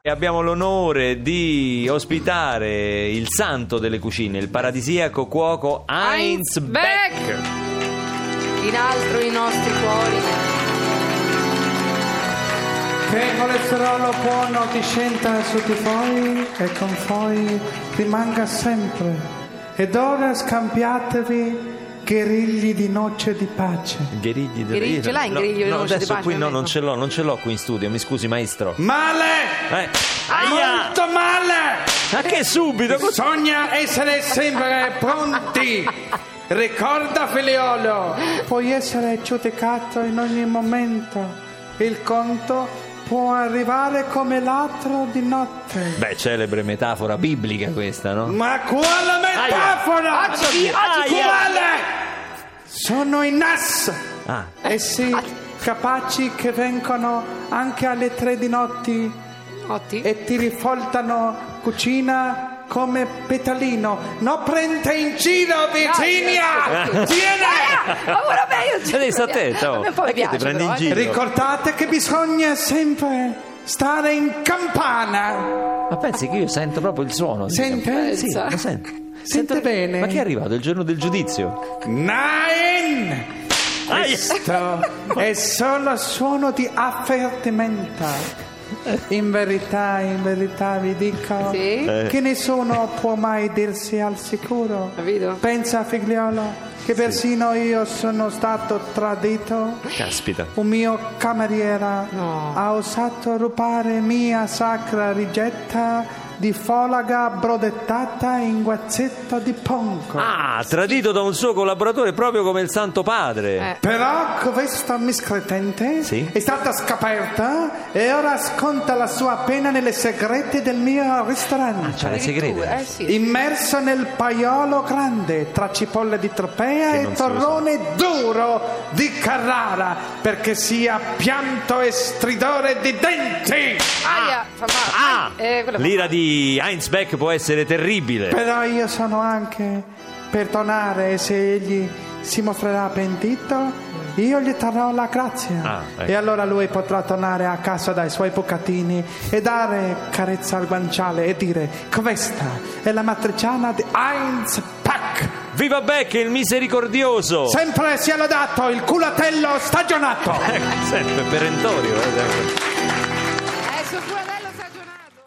E abbiamo l'onore di ospitare il santo delle cucine, il paradisiaco cuoco Heinz Heinz Beck. Beck. in alto i nostri cuori. Che il colesterolo buono ti scenda su di voi e con voi rimanga sempre. Ed ora scambiatevi guerrigli di noce di pace. Grigli del Grigli, ce l'hai il griglio di no, noce di adesso pace, qui no, almeno? non ce l'ho, non ce l'ho qui in studio, mi scusi maestro. Male! Eh. Aia! Molto male! Ma che subito? Cos- Bisogna essere sempre pronti! Ricorda, figliolo! Puoi essere giudicato in ogni momento. Il conto può arrivare come l'altro di notte. Beh, celebre metafora biblica questa, no? Ma quale metafora! Oggi, oggi Aia. Quale? Sono i NAS! Ah. Essi capaci che vengono anche alle tre di notte Otti. e ti rifoltano cucina come petalino. Non prende in giro, Virginia! Tiene! Ma ora meglio. Devi stare attento, oh. A me un po' mi Perché ti piace, prendi però, in eh. giro? Ricordate che bisogna sempre stare in campana! Ma pensi che io sento proprio il suono? Sente? Eh, Sì, lo sento. Sente bene? Ma che è arrivato il giorno del giudizio? Nine! Aia! Questo è solo suono di avvertimento. In verità, in verità vi dico Sì? Eh. che nessuno può mai dirsi al sicuro. Capito? Pensa, figliolo, che persino io sono stato tradito. Caspita. Un mio cameriera No. ha osato rubare mia sacra rigetta di folaga brodettata in guazzetto di pongo. Ah, tradito da un suo collaboratore proprio come il Santo Padre. Eh. Però questa miscredente Sì? è stata scoperta e ora sconta la sua pena nelle segrete del mio ristorante. C'ha le Cioè, segrete. Eh sì. Immerso nel paiolo grande tra cipolle di Tropea Che e non si usa. torrone duro di Carrara, perché sia pianto e stridore di denti. Aia, fa male. Ah! Eh, quello fa L'ira di Heinz Beck può essere terribile. Però io sono anche perdonare se egli si mostrerà pentito. Io gli darò la grazia Ah, ecco. e allora lui potrà tornare a casa dai suoi bucatini e dare carezza al guanciale e dire questa è la matriciana di Heinz Pack. Viva Beck, il misericordioso! Sempre sia lodato il culatello stagionato. Ecco, sempre perentorio. eh, sempre. Eh, sul fratello stagionato.